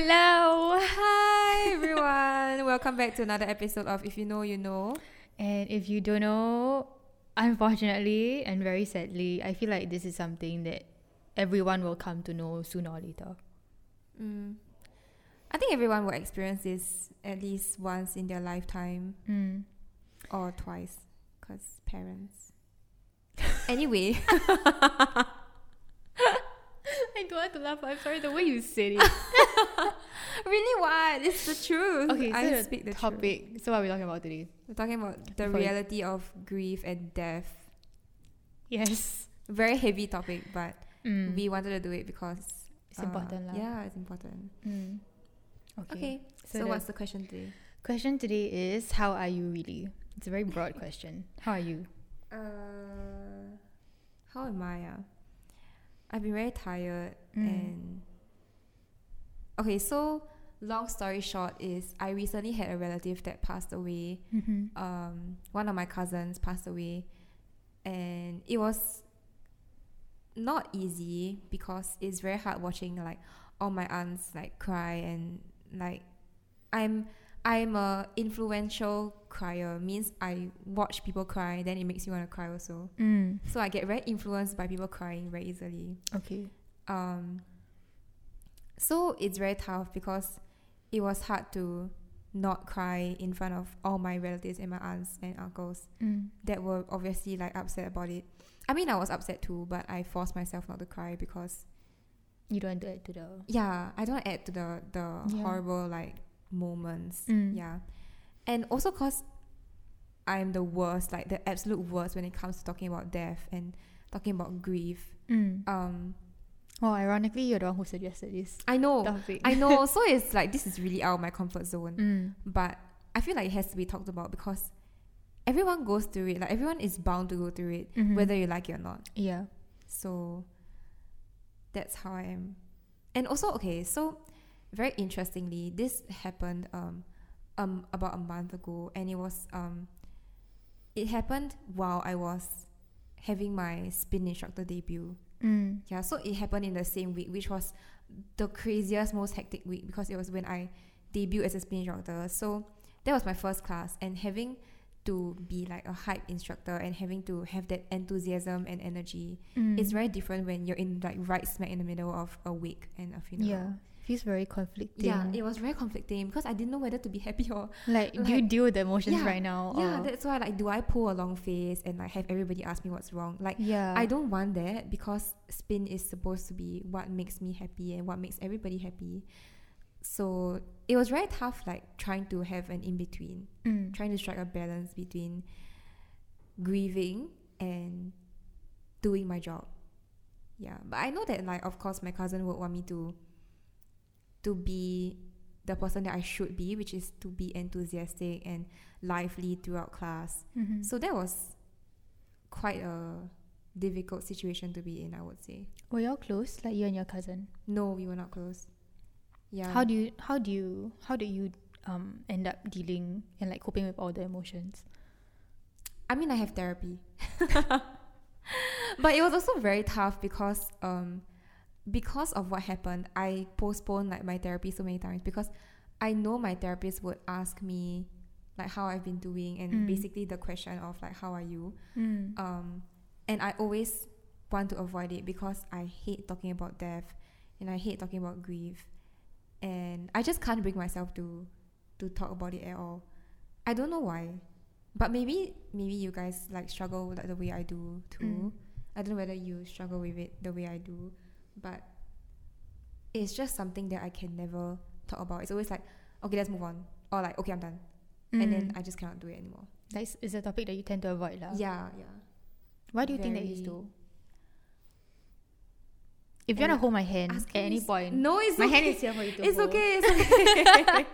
Hello, hi everyone. Welcome back to another episode of If You Know, You Know. And if you don't know, unfortunately and very sadly, I feel like this is something that everyone will come to know sooner or later. Mm. I think everyone will experience this at least once in their lifetime Mm. or twice because parents. anyway, I don't want to laugh. I'm sorry the way you said it. really, what? It's the truth. okay, so I the speak the truth. topic. So what are we talking about today? We're talking about the Before you- reality of grief and death. Yes. Very heavy topic, but Mm. we wanted to do it because it's uh, important, lah. Yeah, it's important. Mm. Okay. Okay, so, So the- what's the question today? Question today is how are you really? It's a very broad question. How are you? Uh, how am I? Ah, I've been very tired Mm. and okay. So long story short is I recently had a relative that passed away. Mm-hmm. Um, one of my cousins passed away, and it was not easy because it's very hard watching like all my aunts like cry and like I'm I'm a influential crier means I watch people cry then it makes me want to cry also. Mm. So I get very influenced by people crying very easily. Okay. Um, so it's very tough because it was hard to not cry in front of all my relatives and my aunts and uncles Mm. that were obviously like upset about it. I mean, I was upset too, but I forced myself not to cry because You don't want to add to the yeah, I don't want to add to the the Yeah. horrible like moments. Mm. Yeah, and also cause I'm the worst, like the absolute worst when it comes to talking about death and talking about grief. Mm. Um, Oh, ironically, you're the one who suggested this I know, topic. Oh, I know. So it's like this is really out of my comfort zone, Mm. but I feel like it has to be talked about because everyone goes through it. Like everyone is bound to go through it, Mhm. whether you like it or not. Yeah. So that's how I am. And also, okay, so very interestingly, this happened um, um about a month ago, and it was um, it happened while I was having my spin instructor debut. Mm. Yeah, so it happened in the same week, which was the craziest, most hectic week because it was when I debuted as a spin instructor. So that was my first class, and having to be like a hype instructor and having to have that enthusiasm and energy Mm. it's very different when you're in like right smack in the middle of a wake and a funeral. yeah. Feels very conflicting. Yeah, it was very conflicting because I didn't know whether to be happy or like, do you like- deal with the emotions Yeah, right now? yeah. or- That's why like, do I pull a long face and like have everybody ask me what's wrong? Like, yeah. I don't want that because spin is supposed to be what makes me happy and what makes everybody happy. So it was very tough, like trying to have an in between, Mm. trying to strike a balance between grieving and doing my job. Yeah, but I know that like of course my cousin would want me to to be the person that I should be, which is to be enthusiastic and lively throughout class. Mhm. So that was quite a difficult situation to be in, I would say. were y'all close? Like you and your cousin? No, we were not close. Yeah. How do you? How do you? How do you? Um, end up dealing and like coping with all the emotions. I mean, I have therapy. but it was also very tough because um because of what happened, I postponed like my therapy so many times because I know my therapist would ask me like how I've been doing and Mm. basically the question of like how are you? Mm. Um and I always want to avoid it because I hate talking about death and I hate talking about grief. And I just can't bring myself to to talk about it at all. I don't know why. But maybe maybe you guys like struggle like the way I do Mm. too. I don't know whether you struggle with it the way I do, but it's just something that I can never talk about. It's always like, okay, let's move on. Or like, okay, I'm done. And then Mm. I just cannot do it anymore. that's is a topic that you tend to avoid, lah. Yeah, yeah. Why do you think that is very- though? If you wanna Ask- hold my hand ask at him any is- point, No, it's my okay. hand is here for you to It's hold. okay. It's okay.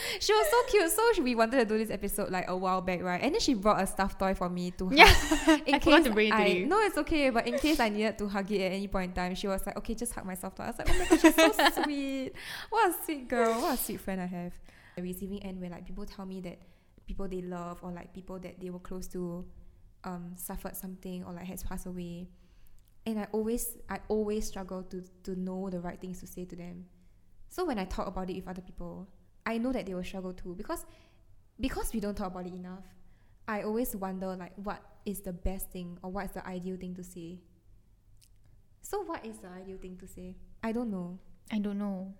she was so cute. So she- we wanted to do this episode like a while back, right? And then she brought a stuffed toy for me to hug. Yeah, in I forgot to bring it I, today. No, it's okay. But in case I needed to hug it at any point in time, she was like, "Okay, just hug myself." I was like, "Oh my gosh, she's so sweet. What a sweet girl. What a sweet friend I have." The receiving end, where like people tell me that people they love or like people that they were close to, um, suffered something or like has passed away, and I always I always struggle to to know the right things to say to them So when I talk about it with other people, I know that they will struggle too because because we don't talk about it enough. I always wonder like what is the best thing or what is the ideal thing to say. So what is the ideal thing to say? I don't know. I don't know.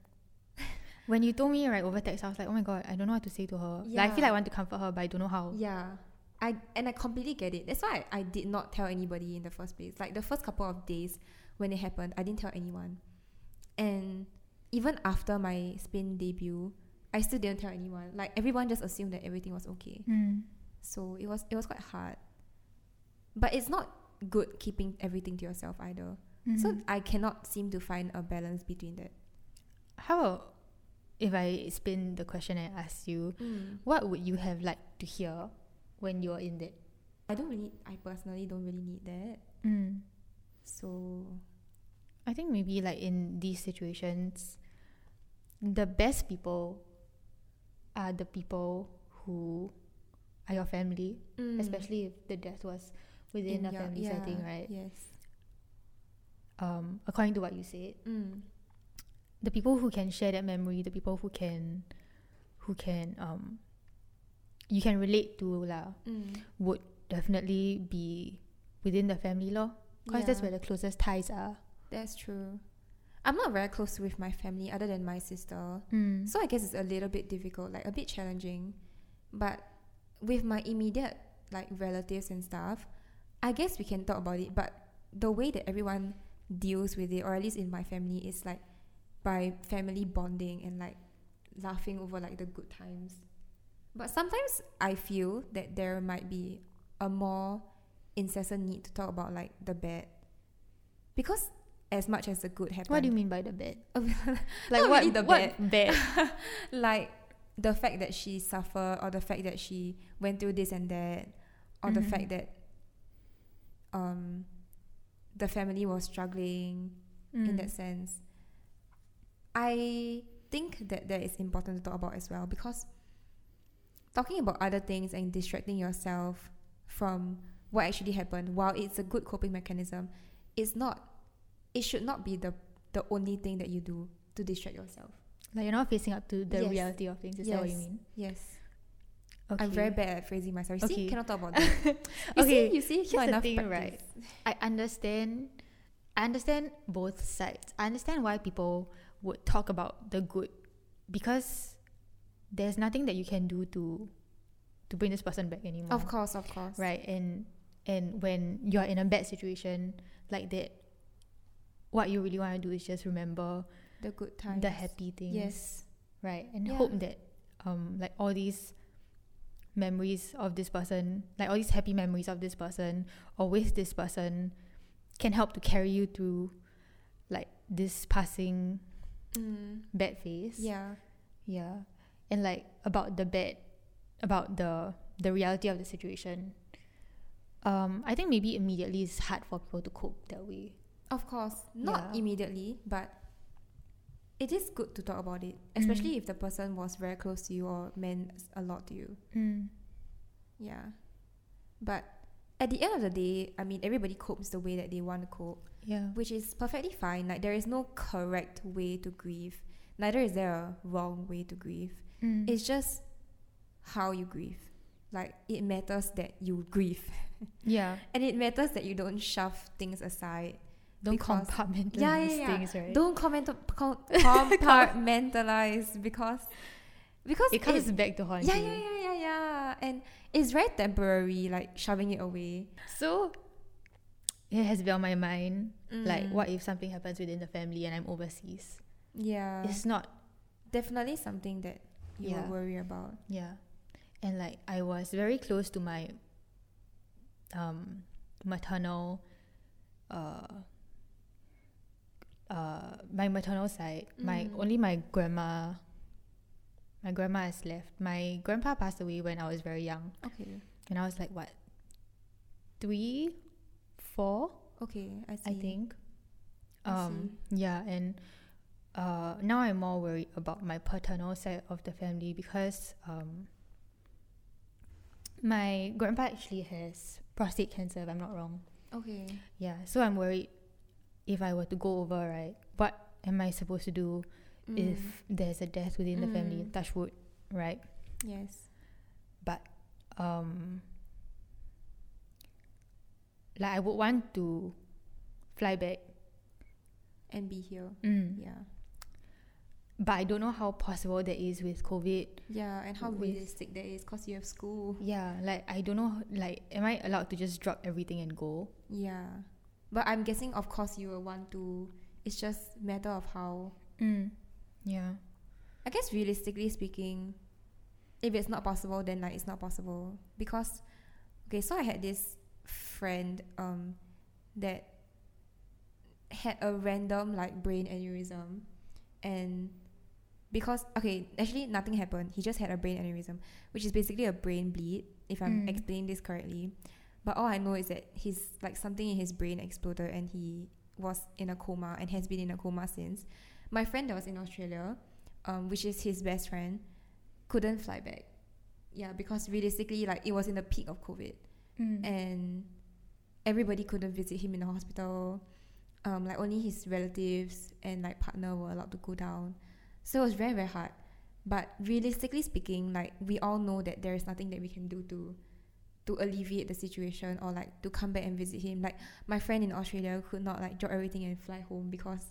when you told me right over text, I was like, oh my god, I don't know what to say to her. Like I feel like Yeah. I want to comfort her, but I don't know how. Yeah. I and I completely get it. That's why I, I did not tell anybody in the first place. Like the first couple of days when it happened, I didn't tell anyone. And even after my Spain debut, I still didn't tell anyone. Like everyone just assumed that everything was okay. Mm. So it was it was quite hard. But it's not good keeping everything to yourself either. So Mhm. I cannot seem to find a balance between that. how about if I spin the question and ask you, Mm. what would you have liked to hear when you're in that? I don't really I personally don't really need that. Mm. So I think maybe like in these situations, the best people are the people who are your family, especially if the death was within a Mm. In your- family yeah, setting, right? Yes. Um, according to what you said, Mm. the people who can share that memory, the people who can, who can, um, you can relate to lah, Mm. would definitely be within the family law, because that's Yeah. where the closest ties are. That's true. I'm not very close with my family other than my sister. Mm. So I guess it's a little bit difficult, like a bit challenging. But with my immediate like relatives and stuff, I guess we can talk about it, but the way that everyone deals with it, or at least in my family, is like by family bonding and like laughing over like the good times. But sometimes I feel that there might be a more incessant need to talk about like the bad. Because as much as the good happens what do you mean by the bad? Like Like what? Not what- really the what what bad? like the fact that she suffered or the fact that she went through this and that or the Mhm. fact that um the family was struggling Mm. in that sense i think that that is important to talk about as well because talking about other things and distracting yourself from what actually happened while it's a good coping mechanism it's not it should not be the the only thing that you do to distract yourself Like you're not facing up to the Yes. reality of things. Is that what you Yes. mean? yes Okay. I'm very bad at phrasing myself. You Okay. See, cannot talk about that. You okay. see, you see, here's not the enough thing, practice. right? I understand. I understand both sides. I understand why people would talk about the good, because there's nothing that you can do to to bring this person back anymore. Of course, of course. Right. And and when you're in a bad situation like that, what you really want to do is just remember The good times. the happy things. Yes. right and Yeah. hope that um like all these memories of this person like all these happy memories of this person or with this person can help to carry you through like this passing Mm. bad phase Yeah. yeah and like about the bad about the the reality of the situation um i think maybe immediately it's hard for people to cope that way Of course. Not Yeah. immediately, but it is good to talk about it, Mm. especially if the person was very close to you or meant a lot to you. mm. Yeah. But at the end of the day, I mean, everybody copes the way that they want to cope. yeah which is perfectly fine. Like there is no correct way to grieve, neither is there a wrong way to grieve. Mm. It's just how you grieve. Like it matters that you grieve, yeah and it matters that you don't shove things aside. don't Because- compartmentalize Yeah, yeah, yeah. things right Don't comment com- compartmentalize because because it comes back to haunt yeah, you yeah, yeah, yeah, yeah, and it's very temporary. Like shoving it away. So it has been on my mind. Like, Mm. what if something happens within the family and I'm overseas? Yeah, it's not. definitely something that you Yeah. will worry about. Yeah. And like, I was very close to my um, maternal, uh, uh, my maternal side. My Mm. only my grandma. My grandma has left. My grandpa passed away when I was very young, Okay, and I was like what, three, four. okay, I see. I think. I Um, yeah, and uh, now I'm more worried about my paternal side of the family because um, my grandpa actually has prostate cancer, if I'm not wrong. Okay. Yeah, so I'm worried if I were to go over, right? What am I supposed to do? if there's a death within the family, Mm. touch wood, right? yes But um like I would want to fly back. and be here Mm. yeah But I don't know how possible that is with COVID. yeah and how With- realistic that is because you have school Yeah, like I don't know like am I allowed to just drop everything and go? yeah but i'm guessing of course you will want to it's just matter of how Mm. Yeah. I guess realistically speaking, if it's not possible, then like it's not possible. Because okay, so I had this friend um that had a random like brain aneurysm and because okay, actually nothing happened. He just had a brain aneurysm, which is basically a brain bleed, if I'm Mm. explaining this correctly. But all I know is that his like something in his brain exploded and he was in a coma and has been in a coma since. My friend that was in Australia, um, which is his best friend, couldn't fly back. Yeah, because realistically, like it was in the peak of COVID, Mm. and everybody couldn't visit him in the hospital. Um, like only his relatives and like partner were allowed to go down, so it was very very hard. But realistically speaking, like we all know that there is nothing that we can do to to alleviate the situation or like to come back and visit him. Like my friend in Australia could not like drop everything and fly home because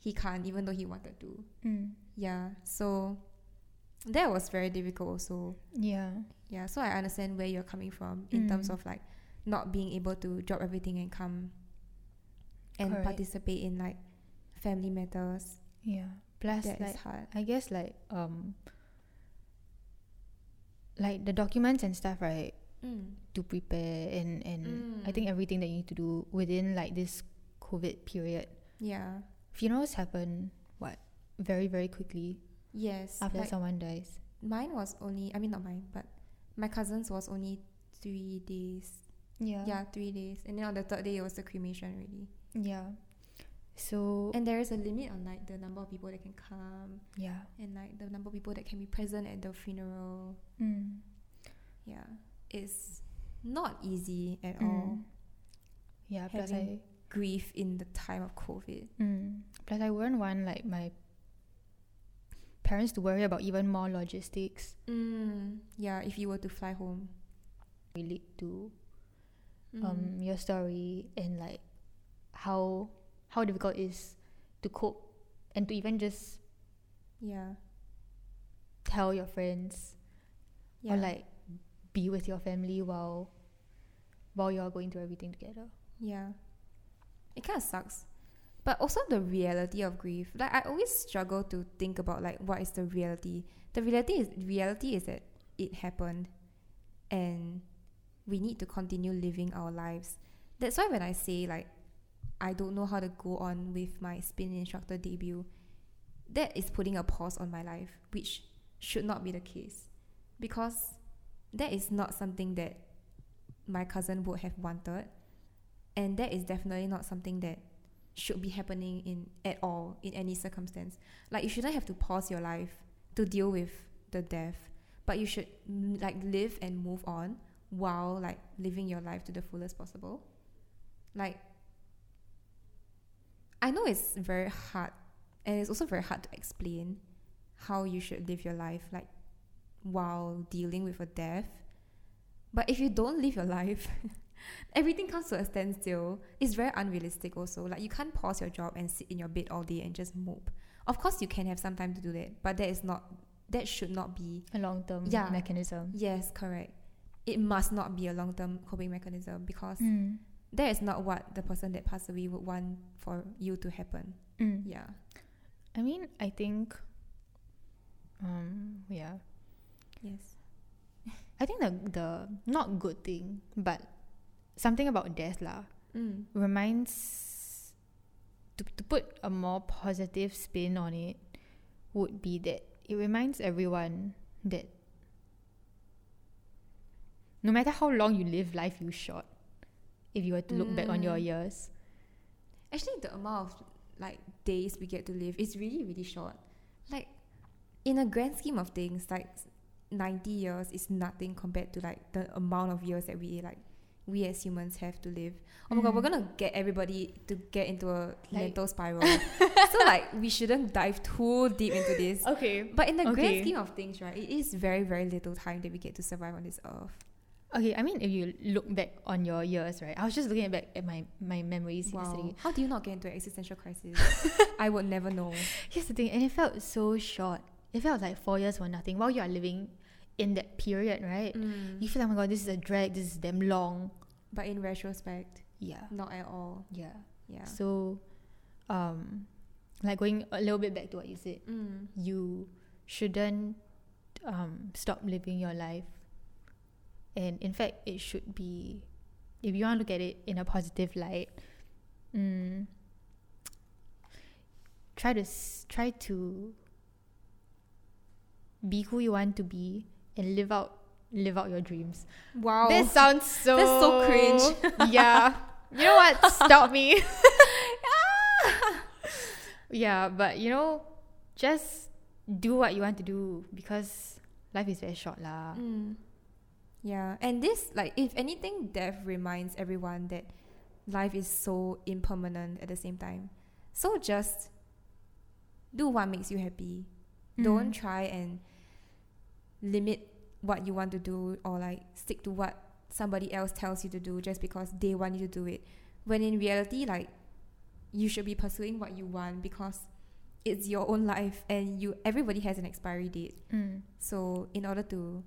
he can't, even though he wanted to. Mm. Yeah, so that was very difficult also. Yeah. Yeah, so I understand where you're coming from in terms Mm. of like not being able to drop everything and come and Correct. participate in like family matters. Yeah. Plus That is like hard. I guess like um like the documents and stuff, right? Mm. To prepare and and I Mm. think everything that you need to do within like this COVID period. Yeah. Funerals happen what very very quickly Yes. after like, someone dies. mine was only I mean not mine, but my cousin's was only three days. Yeah. Yeah. three days. And then on the third day it was the cremation already. Yeah. So And there is a limit on like the number of people that can come yeah. and like the number of people that can be present at the funeral. Mm. yeah it's not easy at all Mm. Yeah. Plus I Having- grief in the time of covid mm, plus I wouldn't want like my parents to worry about even more logistics mm. yeah if you were to fly home relate to Mm. um your story and like how how difficult it is to cope and to even just yeah tell your friends yeah or like be with your family while while you're going through everything together. yeah it kind of sucks but also the reality of grief like i always struggle to think about like what is the reality the reality is reality is that it happened and we need to continue living our lives that's why when i say like i don't know how to go on with my spin instructor debut that is putting a pause on my life which should not be the case because that is not something that my cousin would have wanted and that is definitely not something that should be happening in at all in any circumstance like you shouldn't have to pause your life to deal with the death but you should mm, like live and move on while like living your life to the fullest possible like i know it's very hard and it's also very hard to explain how you should live your life like while dealing with a death but if you don't live your life everything comes to a standstill. It's very unrealistic also. Like you can't pause your job and sit in your bed all day and just mope. Of course you can have some time to do that, but that is not that should not be A long term Yeah. mechanism. yes, correct. It must not be a long term coping mechanism because Mm. that is not what the person that passed away would want for you to happen. Mm. Yeah. I mean I think um yeah. Yes. I think the the not good thing, but something about death lah Mm. reminds to, to put a more positive spin on it would be that it reminds everyone that no matter how long you live life you short if you were to look back on your Mm. years Actually, the amount of like days we get to live is really really short. Like in a grand scheme of things, like ninety years is nothing compared to like the amount of years that we like we as humans have to live. Oh my god, we're Mm. gonna get everybody to get into a Like- mental spiral. so like we shouldn't dive too deep into this. Okay. But in the grand Okay. scheme of things, right, it is very, very little time that we get to survive on this earth. Okay, I mean, if you look back on your years, right? I was just looking back at my, my memories Wow. yesterday. How do you not get into an existential crisis? I would never know. Here's the thing, and it felt so short. It felt like four years were nothing. While you are living in that period, right? You feel like, oh my god, this is a drag, this is damn long. But in retrospect, Yeah. not at all. Yeah. Ah. Yeah. So, um, like going a little bit back to what you said, Mm. you shouldn't um, stop living your life. And in fact, it should be, if you want to look at it in a positive light, mm, try to s- try to be who you want to be and live out live out your dreams. Wow. That sounds so That's so cringe. yeah. You know what? Stop me. yeah, but you know, just do what you want to do because life is very short lah. Mm. Yeah, and this like if anything, death reminds everyone that life is so impermanent at the same time. So just do what makes you happy. Don't Mm. try and limit what you want to do or like stick to what somebody else tells you to do just because they want you to do it. When in reality, like you should be pursuing what you want because it's your own life and you everybody has an expiry date. Mm. So in order to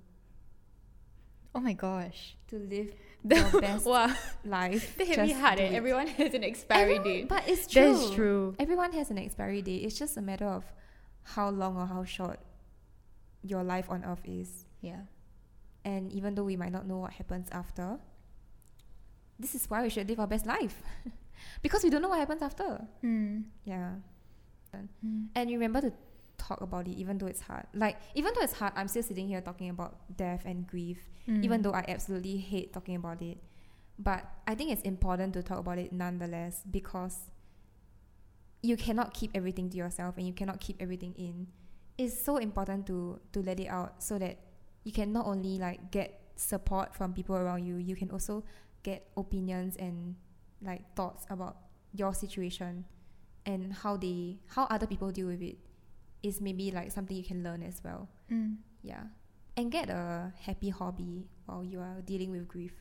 Oh my gosh. to live your best wow. life. They hit just me hard do eh? it. Everyone has an expiry Everyone- date. But it's true. That is true. Everyone has an expiry date. It's just a matter of how long or how short your life on earth is. Yeah. And even though we might not know what happens after, this is why we should live our best life. because we don't know what happens after. Mm. Yeah. Mm. And remember to talk about it even though it's hard. Like even though it's hard, I'm still sitting here talking about death and grief Mm. even though I absolutely hate talking about it. But I think it's important to talk about it nonetheless because you cannot keep everything to yourself and you cannot keep everything in. It's so important to to let it out so that you can not only like get support from people around you, you can also get opinions and like thoughts about your situation and how they how other people deal with it is maybe like something you can learn as well. Mm. Yeah. And get a happy hobby while you are dealing with grief.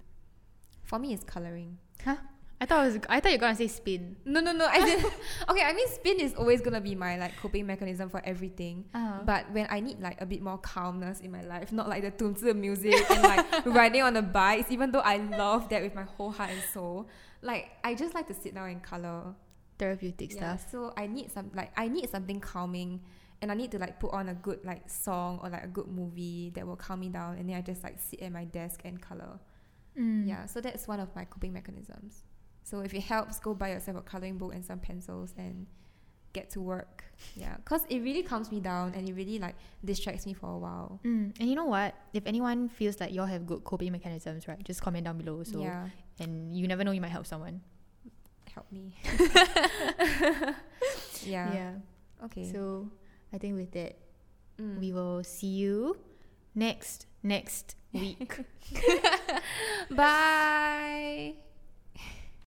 For me, it's coloring. Huh? I thought I was I thought you were gonna say spin. No, no, no. I didn't. okay, I mean, spin is always gonna be my like coping mechanism for everything. Uh, But when I need like a bit more calmness in my life, not like the tumzi music and like riding on the bikes, even though I love that with my whole heart and soul, like I just like to sit down and color therapeutic Yeah, stuff. So I need some like I need something calming, and I need to like put on a good like song or like a good movie that will calm me down, and then I just like sit at my desk and color. Mm. Yeah, so that's one of my coping mechanisms. So if it helps, go buy yourself a coloring book and some pencils and get to work. Yeah, cause it really calms me down and it really like distracts me for a while. Mm, and you know what? If anyone feels like y'all have good coping mechanisms, right? Just comment down below. So, yeah, and you never know, you might help someone. help me. yeah. Okay. So, I think with that, Mm. we will see you next next week. Bye.